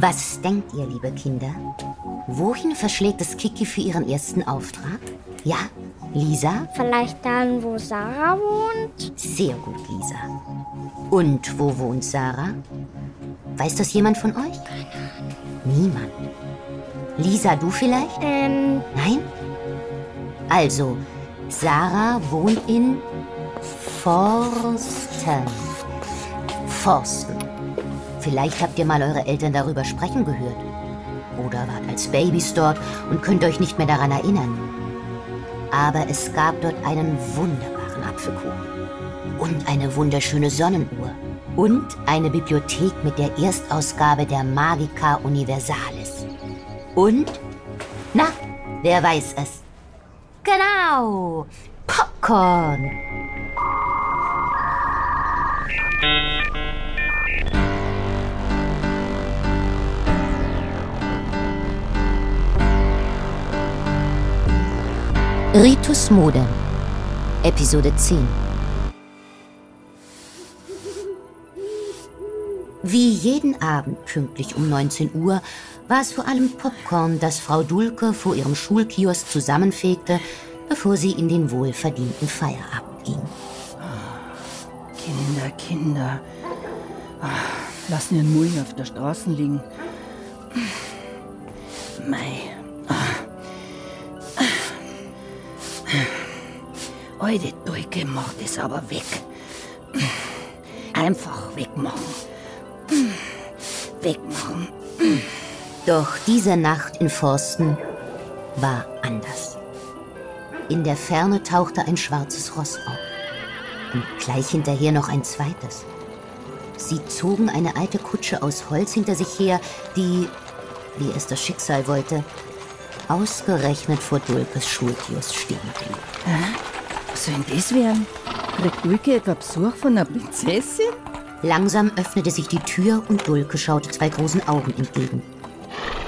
Was denkt ihr, liebe Kinder? Wohin verschlägt es Kiki für ihren ersten Auftrag? Ja, Lisa? Vielleicht dann, wo Sarah wohnt? Sehr gut, Lisa. Und wo wohnt Sarah? Weiß das jemand von euch? Niemand. Lisa, du vielleicht? Ähm, Nein? Also, Sarah wohnt in Forsten. Forsten. Vielleicht habt ihr mal eure Eltern darüber sprechen gehört. Oder wart als Babys dort und könnt euch nicht mehr daran erinnern. Aber es gab dort einen wunderbaren Apfelkuchen. Und eine wunderschöne Sonnenuhr. Und eine Bibliothek mit der Erstausgabe der Magica Universalis. Und? Na, wer weiß es? Genau, Popcorn. Ritus Modem, Episode 10. Wie jeden Abend pünktlich um 19 Uhr war es vor allem Popcorn, das Frau Dulke vor ihrem Schulkiosk zusammenfegte, bevor sie in den wohlverdienten Feierabend ging. Kinder, Kinder. Ah, Ach, lassen den Mullen auf der Straße liegen. Mei. Ah. Heute Dulke macht es aber weg. Einfach wegmachen. Wegmachen. Doch diese Nacht in Forsten war anders. In der Ferne tauchte ein schwarzes Ross auf. Und gleich hinterher noch ein zweites. Sie zogen eine alte Kutsche aus Holz hinter sich her, die, wie es das Schicksal wollte, ausgerechnet vor Dulpes Schulkiosk stehen blieb. Was soll denn das werden? Kriegt Dulke etwa Besuch von einer Prinzessin? Langsam öffnete sich die Tür und Dulke schaute zwei großen Augen entgegen.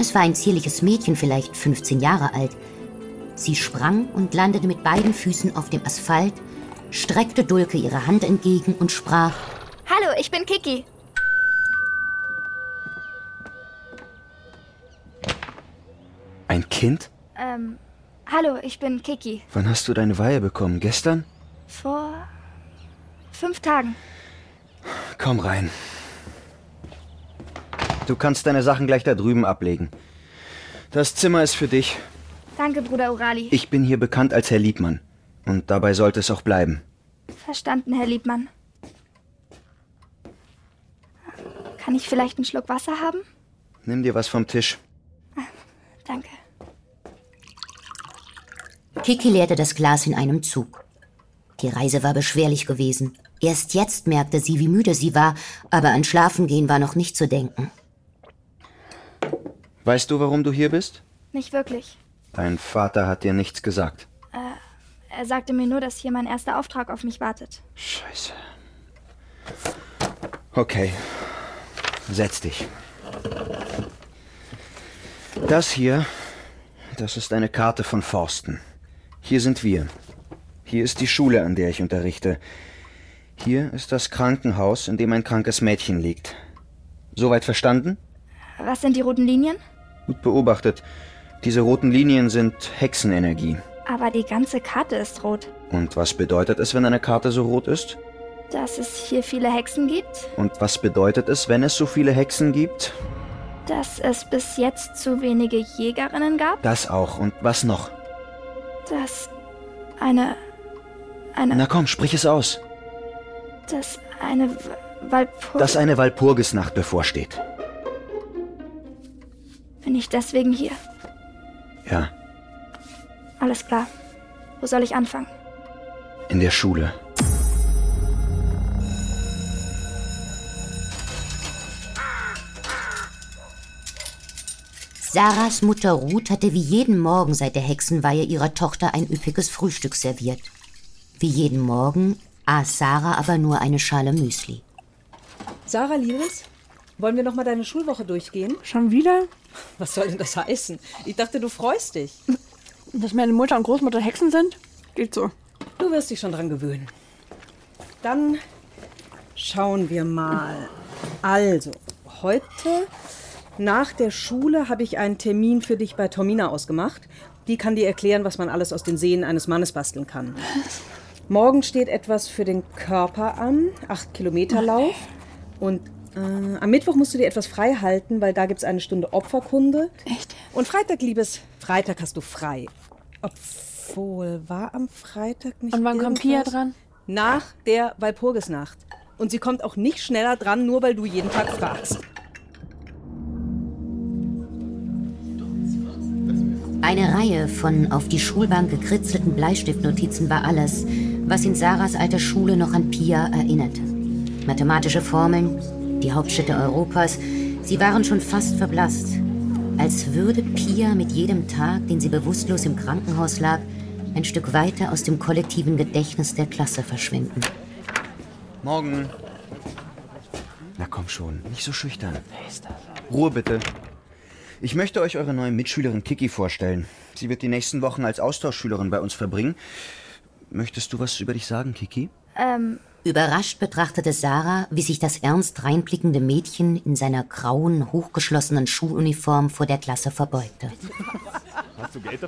Es war ein zierliches Mädchen, vielleicht 15 Jahre alt. Sie sprang und landete mit beiden Füßen auf dem Asphalt, streckte Dulke ihre Hand entgegen und sprach, Hallo, ich bin Kiki. Ein Kind? Ähm, hallo, ich bin Kiki. Wann hast du deine Weihe bekommen? Gestern? Vor fünf Tagen. Komm rein. Du kannst deine Sachen gleich da drüben ablegen. Das Zimmer ist für dich. Danke, Bruder Urali. Ich bin hier bekannt als Herr Liebmann. Und dabei sollte es auch bleiben. Verstanden, Herr Liebmann. Kann ich vielleicht einen Schluck Wasser haben? Nimm dir was vom Tisch. Danke. Kiki leerte das Glas in einem Zug. Die Reise war beschwerlich gewesen. Erst jetzt merkte sie, wie müde sie war, aber an Schlafengehen war noch nicht zu denken. Weißt du, warum du hier bist? Nicht wirklich. Dein Vater hat dir nichts gesagt. Er sagte mir nur, dass hier mein erster Auftrag auf mich wartet. Scheiße. Okay. Setz dich. Das hier, das ist eine Karte von Forsten. Hier sind wir. Hier ist die Schule, an der ich unterrichte. Hier ist das Krankenhaus, in dem ein krankes Mädchen liegt. Soweit verstanden? Was sind die roten Linien? Gut beobachtet. Diese roten Linien sind Hexenenergie. Aber die ganze Karte ist rot. Und was bedeutet es, wenn eine Karte so rot ist? Dass es hier viele Hexen gibt, Und was bedeutet es, wenn es so viele Hexen gibt? dass es bis jetzt zu wenige Jägerinnen gab, Das auch. Und was noch? dass eine. eine. Na komm, sprich es aus. dass eine. W- Walpurg. Dass eine Walpurgisnacht bevorsteht. bin ich deswegen hier. Ja, Alles klar. Wo soll ich anfangen? in der Schule. Sarahs Mutter Ruth hatte wie jeden Morgen seit der Hexenweihe ihrer Tochter ein üppiges Frühstück serviert. Wie jeden Morgen aß Sarah aber nur eine Schale Müsli. Sarah, Liebes, wollen wir nochmal deine Schulwoche durchgehen? Schon wieder? Was soll denn das heißen? Ich dachte, du freust dich. Dass meine Mutter und Großmutter Hexen sind? Geht so. Du wirst dich schon dran gewöhnen. Dann schauen wir mal. Also, heute Nach der Schule habe ich einen Termin für dich bei Tomina ausgemacht. Die kann dir erklären, was man alles aus den Sehnen eines Mannes basteln kann. Morgen steht etwas für den Körper an, 8 Kilometer Lauf. Und äh, am Mittwoch musst du dir etwas frei halten, weil da gibt es eine Stunde Opferkunde. Echt? Und Freitag, liebes, Freitag hast du frei. Obwohl, war am Freitag nicht Und wann kommt Pia irgendwas? dran? Nach der Walpurgisnacht. Und sie kommt auch nicht schneller dran, nur weil du jeden Tag fragst. Eine Reihe von auf die Schulbank gekritzelten Bleistiftnotizen war alles, was in Sarahs alter Schule noch an Pia erinnerte. Mathematische Formeln, die Hauptstädte Europas, sie waren schon fast verblasst. Als würde Pia mit jedem Tag, den sie bewusstlos im Krankenhaus lag, ein Stück weiter aus dem kollektiven Gedächtnis der Klasse verschwinden. Morgen. Na komm schon, nicht so schüchtern. Ruhe bitte. Ich möchte euch eure neue Mitschülerin Kiki vorstellen. Sie wird die nächsten Wochen als Austauschschülerin bei uns verbringen. Möchtest du was über dich sagen, Kiki? Überrascht betrachtete Sarah, wie sich das ernst reinblickende Mädchen in seiner grauen, hochgeschlossenen Schuluniform vor der Klasse verbeugte.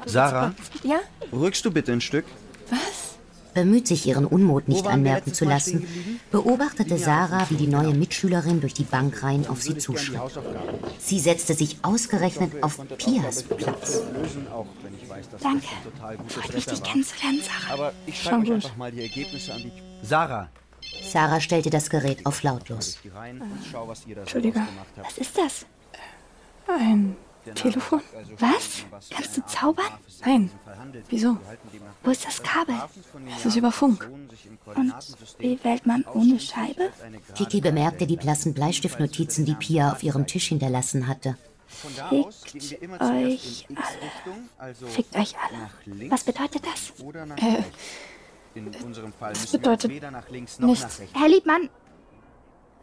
Sarah, Ja? rückst du bitte ein Stück? Bemüht sich, ihren Unmut nicht waren wir anmerken letztes zu Mal lassen, stehen geblieben? beobachtete Sarah, wie die neue Mitschülerin durch die Bankreihen Also auf sie zuschritt. Sie setzte sich ausgerechnet auf Pias Platz. Danke. Freut mich, dich kennenzulernen, Sarah. Aber ich schreibe euch einfach mal die Ergebnisse an die... Sarah, Sarah stellte das Gerät auf lautlos. die rein und schau, was ihr da so Entschuldige. gemacht habt. Was ist das? Ein Telefon? Also Was? was Kannst du zaubern? Nein. im Fall handelt. Wieso? Wir halten demnach Wo ist das Kabel? Das Es ist über Funk. Und wie wählt man ohne Scheibe? Kiki bemerkte die blassen Bleistiftnotizen, die Pia auf ihrem Tisch hinterlassen hatte. Fickt euch alle. Also Fickt euch alle. nach links Was bedeutet das? oder nach rechts. In unserem Fall müssen bedeutet wir weder nach links noch nichts. nach rechts. Herr Liebmann,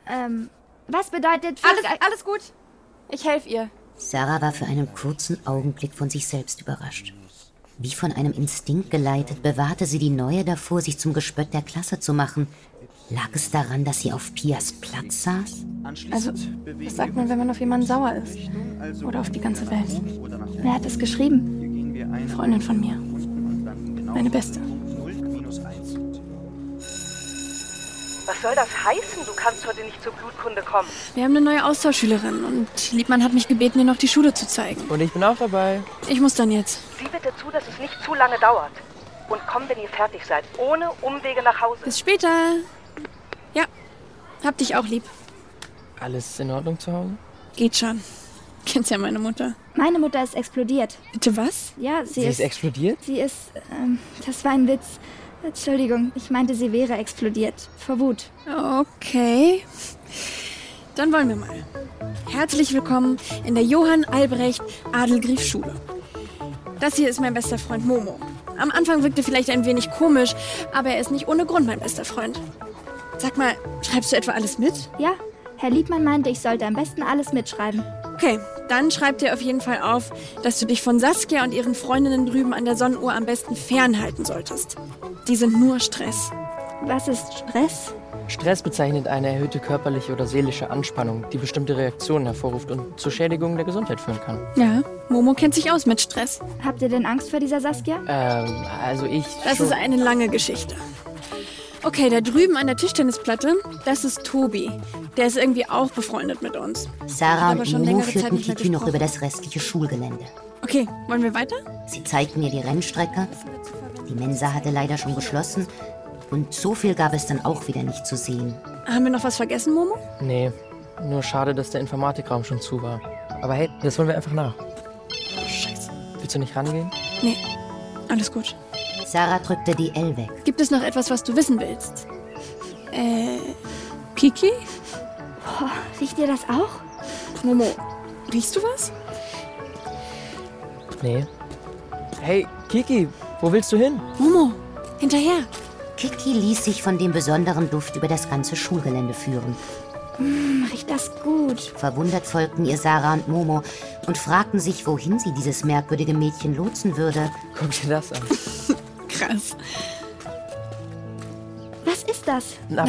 ähm, was bedeutet Alles, fickt euch- alles gut. Ich helfe ihr. Sarah war für einen kurzen Augenblick von sich selbst überrascht. Wie von einem Instinkt geleitet, bewahrte sie die Neue davor, sich zum Gespött der Klasse zu machen. Lag es daran, dass sie auf Pias Platz saß? Also, Anschließend bewegen was sagt wir man, uns wenn man auf jemanden sauer in ist? die Richtung, also Oder auf die ganze entweder nach Welt? oben oder nach Wer hat das geschrieben? Hier gehen wir eine Freundin von mir. Unten und landen genau Meine Beste. bei Punkt null minus eins. Was soll das heißen? Du kannst heute nicht zur Blutkunde kommen. Wir haben eine neue Austauschschülerin und Liebmann hat mich gebeten, ihr noch die Schule zu zeigen. Und ich bin auch dabei. Ich muss dann jetzt. Sieh bitte zu, dass es nicht zu lange dauert. Und komm, wenn ihr fertig seid, ohne Umwege nach Hause. Bis später. Ja, hab dich auch lieb. Alles in Ordnung zu Hause? Geht schon. Kennst ja meine Mutter. Meine Mutter ist explodiert. Bitte was? Ja, sie, Sie ist explodiert? Sie ist. Ähm, das war ein Witz. Entschuldigung, ich meinte, sie wäre explodiert. Vor Wut. Okay. Dann wollen wir mal. Herzlich willkommen in der Johann Albrecht Adelgrief Schule. Das hier ist mein bester Freund Momo. Am Anfang wirkte vielleicht ein wenig komisch, aber er ist nicht ohne Grund mein bester Freund. Sag mal, schreibst du etwa alles mit? Ja, Herr Liebmann meinte, ich sollte am besten alles mitschreiben. Okay, dann schreib dir auf jeden Fall auf, dass du dich von Saskia und ihren Freundinnen drüben an der Sonnenuhr am besten fernhalten solltest. Die sind nur Stress. Was ist Stress? Stress bezeichnet eine erhöhte körperliche oder seelische Anspannung, die bestimmte Reaktionen hervorruft und zur Schädigung der Gesundheit führen kann. Ja, Momo kennt sich aus mit Stress. Habt ihr denn Angst vor dieser Saskia? Ähm, also ich. Das schon- ist eine lange Geschichte. Okay, da drüben an der Tischtennisplatte, das ist Tobi. Der ist irgendwie auch befreundet mit uns. Sarah Aber und schon Momo längere Zeit führten nicht mehr Kiki noch gesprochen. über das restliche Schulgelände. Okay, wollen wir weiter? Sie zeigten ihr die Rennstrecke. Die Mensa hatte leider schon geschlossen. Und so viel gab es dann auch wieder nicht zu sehen. Haben wir noch was vergessen, Momo? Nee, nur schade, dass der Informatikraum schon zu war. Aber hey, das holen wir einfach nach. Scheiße. Willst du nicht rangehen? Nee, alles gut. Sarah drückte die L weg. Gibt es noch etwas, was du wissen willst? Äh, Kiki? Boah, riecht ihr das auch? Momo, riechst du was? Nee. Hey, Kiki, wo willst du hin? Momo, hinterher. Kiki ließ sich von dem besonderen Duft über das ganze Schulgelände führen. Mach ich das gut? Verwundert folgten ihr Sarah und Momo und fragten sich, wohin sie dieses merkwürdige Mädchen lotsen würde. Guck dir das an. Krass. Was ist das? Na,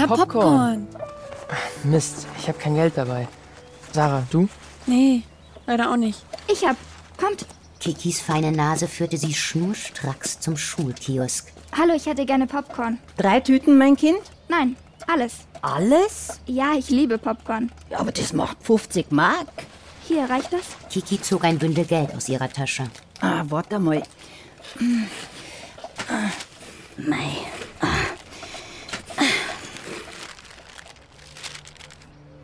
Mist, ich habe kein Geld dabei. Sarah, du? Nee, Leider auch nicht. Ich hab. Kommt. Kikis feine Nase führte sie schnurstracks zum Schulkiosk. Hallo, ich hätte gerne Popcorn. Drei Tüten, mein Kind? Nein, alles. Alles? Ja, ich liebe Popcorn. Ja, aber das macht 50 Mark. Hier, reicht das? Kiki zog ein Bündel Geld aus ihrer Tasche. Ah, warte mal. Hm. Ah, Mei. Ah. Ah.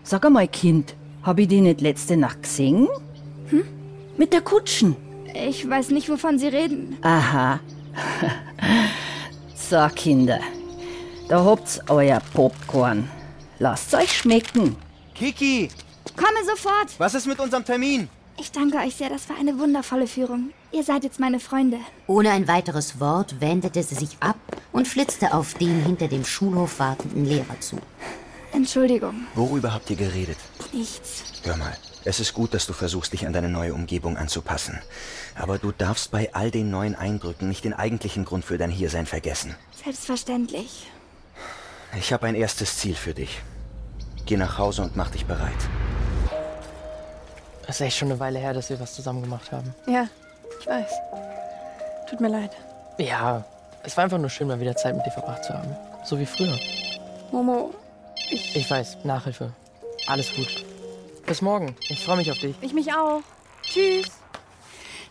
Sag einmal, Kind, hab ich dich nicht letzte Nacht gesehen? Hm? Mit der Kutschen. Ich weiß nicht, wovon Sie reden. Aha. so, Kinder, da habt's euer Popcorn. Lasst's euch schmecken. Kiki, Komme sofort! was ist mit unserem Termin? Ich danke euch sehr, das war eine wundervolle Führung. Ihr seid jetzt meine Freunde. Ohne ein weiteres Wort wendete sie sich ab und flitzte auf den hinter dem Schulhof wartenden Lehrer zu. Entschuldigung. Worüber habt ihr geredet? Nichts. Hör mal, es ist gut, dass du versuchst, dich an deine neue Umgebung anzupassen. Aber du darfst bei all den neuen Eindrücken nicht den eigentlichen Grund für dein Hiersein vergessen. Selbstverständlich. Ich habe ein erstes Ziel für dich. Geh nach Hause und mach dich bereit. Es ist echt schon eine Weile her, dass wir was zusammen gemacht haben. Ja, ich weiß. Tut mir leid. Ja, es war einfach nur schön, mal wieder Zeit mit dir verbracht zu haben. So wie früher. Momo, Ich weiß, Nachhilfe. Alles gut. Bis morgen. Ich freue mich auf dich. ich mich auch. Tschüss.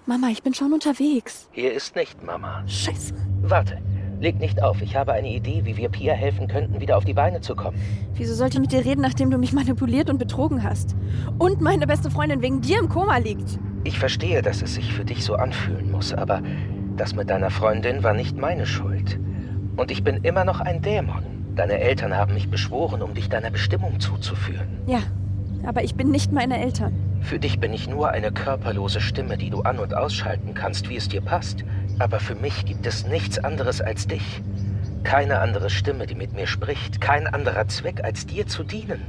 Mama, ich bin schon unterwegs. Hier ist nicht Mama. Scheiße. Warte, leg nicht auf. Ich habe eine Idee, wie wir Pia helfen könnten, wieder auf die Beine zu kommen. Wieso sollte ich mit dir reden, nachdem du mich manipuliert und betrogen hast? Und meine beste Freundin wegen dir im Koma liegt. Ich verstehe, dass es sich für dich so anfühlen muss, aber das mit deiner Freundin war nicht meine Schuld. Und ich bin immer noch ein Dämon. Deine Eltern haben mich beschworen, um dich deiner Bestimmung zuzuführen. Ja, aber ich bin nicht meine Eltern. Für dich bin ich nur eine körperlose Stimme, die du an- und ausschalten kannst, wie es dir passt. Aber für mich gibt es nichts anderes als dich. Keine andere Stimme, die mit mir spricht. Kein anderer Zweck, als dir zu dienen.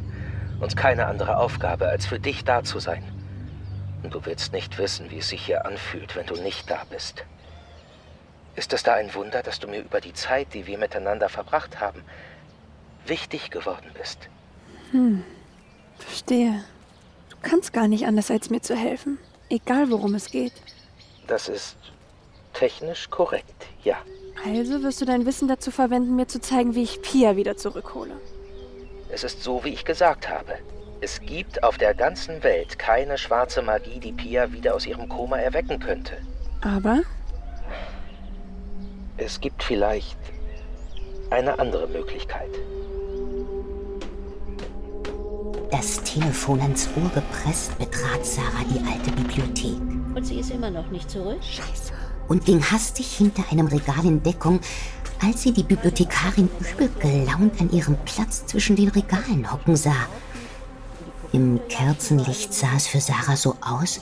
Und keine andere Aufgabe, als für dich da zu sein. Und du willst nicht wissen, wie es sich hier anfühlt, wenn du nicht da bist. Ist es da ein Wunder, dass du mir über die Zeit, die wir miteinander verbracht haben, wichtig geworden bist? Verstehe. Du kannst gar nicht anders, als mir zu helfen. Egal, worum es geht. Das ist technisch korrekt, ja. Also wirst du dein Wissen dazu verwenden, mir zu zeigen, wie ich Pia wieder zurückhole. Es ist so, wie ich gesagt habe. Es gibt auf der ganzen Welt keine schwarze Magie, die Pia wieder aus ihrem Koma erwecken könnte. Aber Es gibt vielleicht eine andere Möglichkeit. Das Telefon ans Ohr gepresst, betrat Sarah die alte Bibliothek Und sie ist immer noch nicht zurück. Scheiße. und ging hastig hinter einem Regal in Deckung, als sie die Bibliothekarin übel gelaunt an ihrem Platz zwischen den Regalen hocken sah. Im Kerzenlicht sah es für Sarah so aus,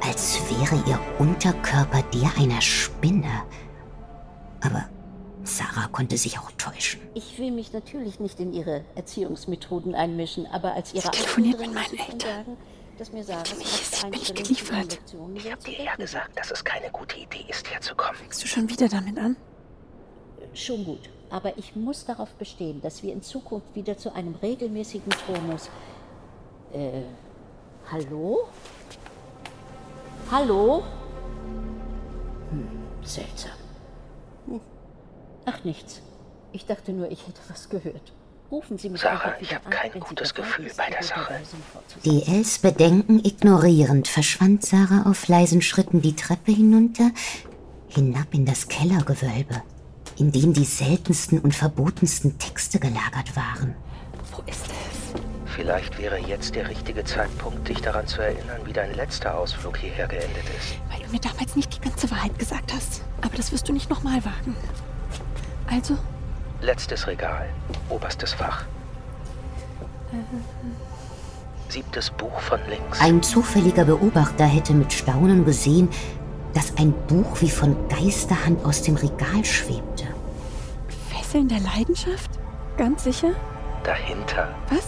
als wäre ihr Unterkörper der einer Spinne. Aber Sarah konnte sich auch täuschen. Ich will mich natürlich nicht in ihre Erziehungsmethoden einmischen, aber als ihre telefoniert Ausbilderin mit meinen muss ich schon sagen, dass mir Sarahs Einstellung zu ihren Lektionen sehr zu Ja, denken gesagt, dass es keine gute Idee ist, herzukommen. fängst du schon wieder damit an? Schon gut, aber ich muss darauf bestehen, dass wir in Zukunft wieder zu einem regelmäßigen Tonus. Äh, hallo? Hallo? Hm, seltsam. Hm. Ach, nichts. Ich dachte nur, ich hätte was gehört. Rufen Sie mich Sarah, einfach ich wieder hab an, kein wenn Sie gutes bereit Gefühl ist, bei die der Sache. Unterweisung fortzusetzen. DLs Bedenken ignorierend verschwand Sarah auf leisen Schritten die Treppe hinunter, hinab in das Kellergewölbe, in dem die seltensten und verbotensten Texte gelagert waren. Wo ist es? Vielleicht wäre jetzt der richtige Zeitpunkt, dich daran zu erinnern, wie dein letzter Ausflug hierher geendet ist. Weil du mir damals nicht die ganze Wahrheit gesagt hast. Aber das wirst du nicht nochmal wagen. Also, Letztes Regal, oberstes Fach. Siebtes Buch von links. Ein zufälliger Beobachter hätte mit Staunen gesehen, dass ein Buch wie von Geisterhand aus dem Regal schwebte. Fesseln der Leidenschaft? Ganz sicher? Dahinter. Was?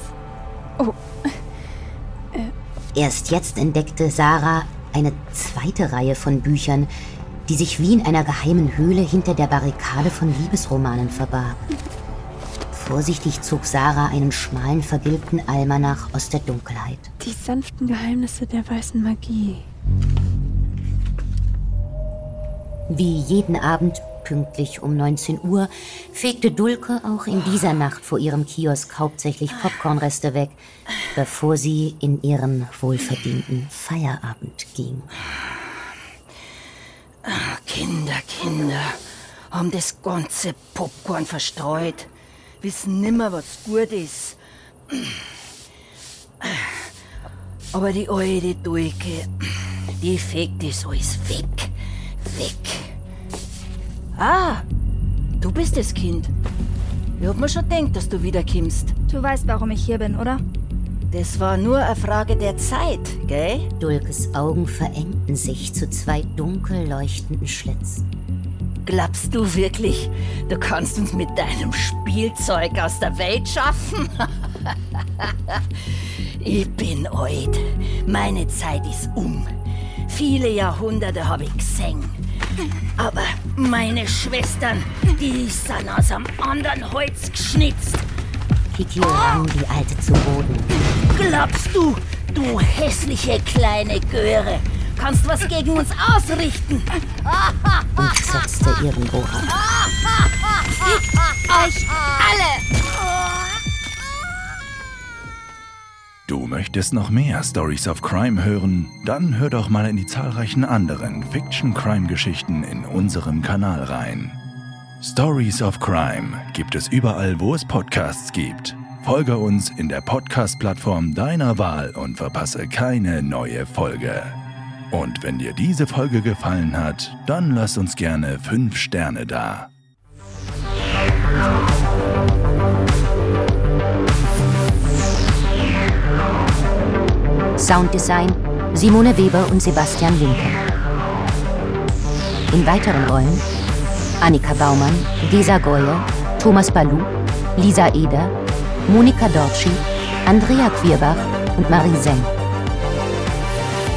Erst jetzt entdeckte Sarah eine zweite Reihe von Büchern, die sich wie in einer geheimen Höhle hinter der Barrikade von Liebesromanen verbarg. Vorsichtig zog Sarah einen schmalen, vergilbten Almanach aus der Dunkelheit. Die sanften Geheimnisse der weißen Magie. Wie jeden Abend pünktlich um 19 Uhr fegte Dulke auch in dieser Nacht vor ihrem Kiosk hauptsächlich Popcornreste weg, bevor sie in ihren wohlverdienten Feierabend ging. Kinder, Kinder, haben das ganze Popcorn verstreut. Wissen nimmer, was gut ist. Aber die alte Dulke, die fegt das alles weg. Weg. Ah, du bist das Kind. Ich hab mir schon gedacht, dass du wiederkommst. Du weißt, warum ich hier bin, oder? Das war nur eine Frage der Zeit, gell? Dulkes Augen verengten sich zu zwei dunkel leuchtenden Schlitzen. Glaubst du wirklich, du kannst uns mit deinem Spielzeug aus der Welt schaffen? ich bin alt. Meine Zeit ist um. Viele Jahrhunderte habe ich gesehen. Aber meine Schwestern, die sind aus einem anderen Holz geschnitzt. Kikio rang die Alte zu Boden. Glaubst du, du hässliche kleine Göre, kannst was gegen uns ausrichten? und setzte ihren Bohrer. Fickt euch alle! Du möchtest noch mehr Stories of Crime hören? Dann hör doch mal in die zahlreichen anderen Fiction-Crime-Geschichten in unserem Kanal rein. Stories of Crime gibt es überall, wo es Podcasts gibt. Folge uns in der Podcast-Plattform deiner Wahl und verpasse keine neue Folge. Und wenn dir diese Folge gefallen hat, dann lass uns gerne 5 Sterne da. Sounddesign Simone Weber und Sebastian Winke. In weiteren Rollen Annika Baumann, Gesa Goyer, Thomas Balu, Lisa Eder, Monika Dorci, Andrea Quierbach und Marie Seng.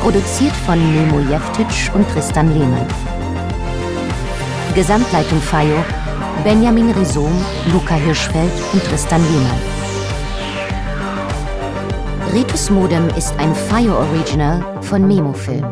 Produziert von Nemo Jeftic und Tristan Lehmann. Gesamtleitung FAIO Benjamin Risom, Luca Hirschfeld und Tristan Lehmann. Ritus Modem ist ein Fire Original von Memo Film.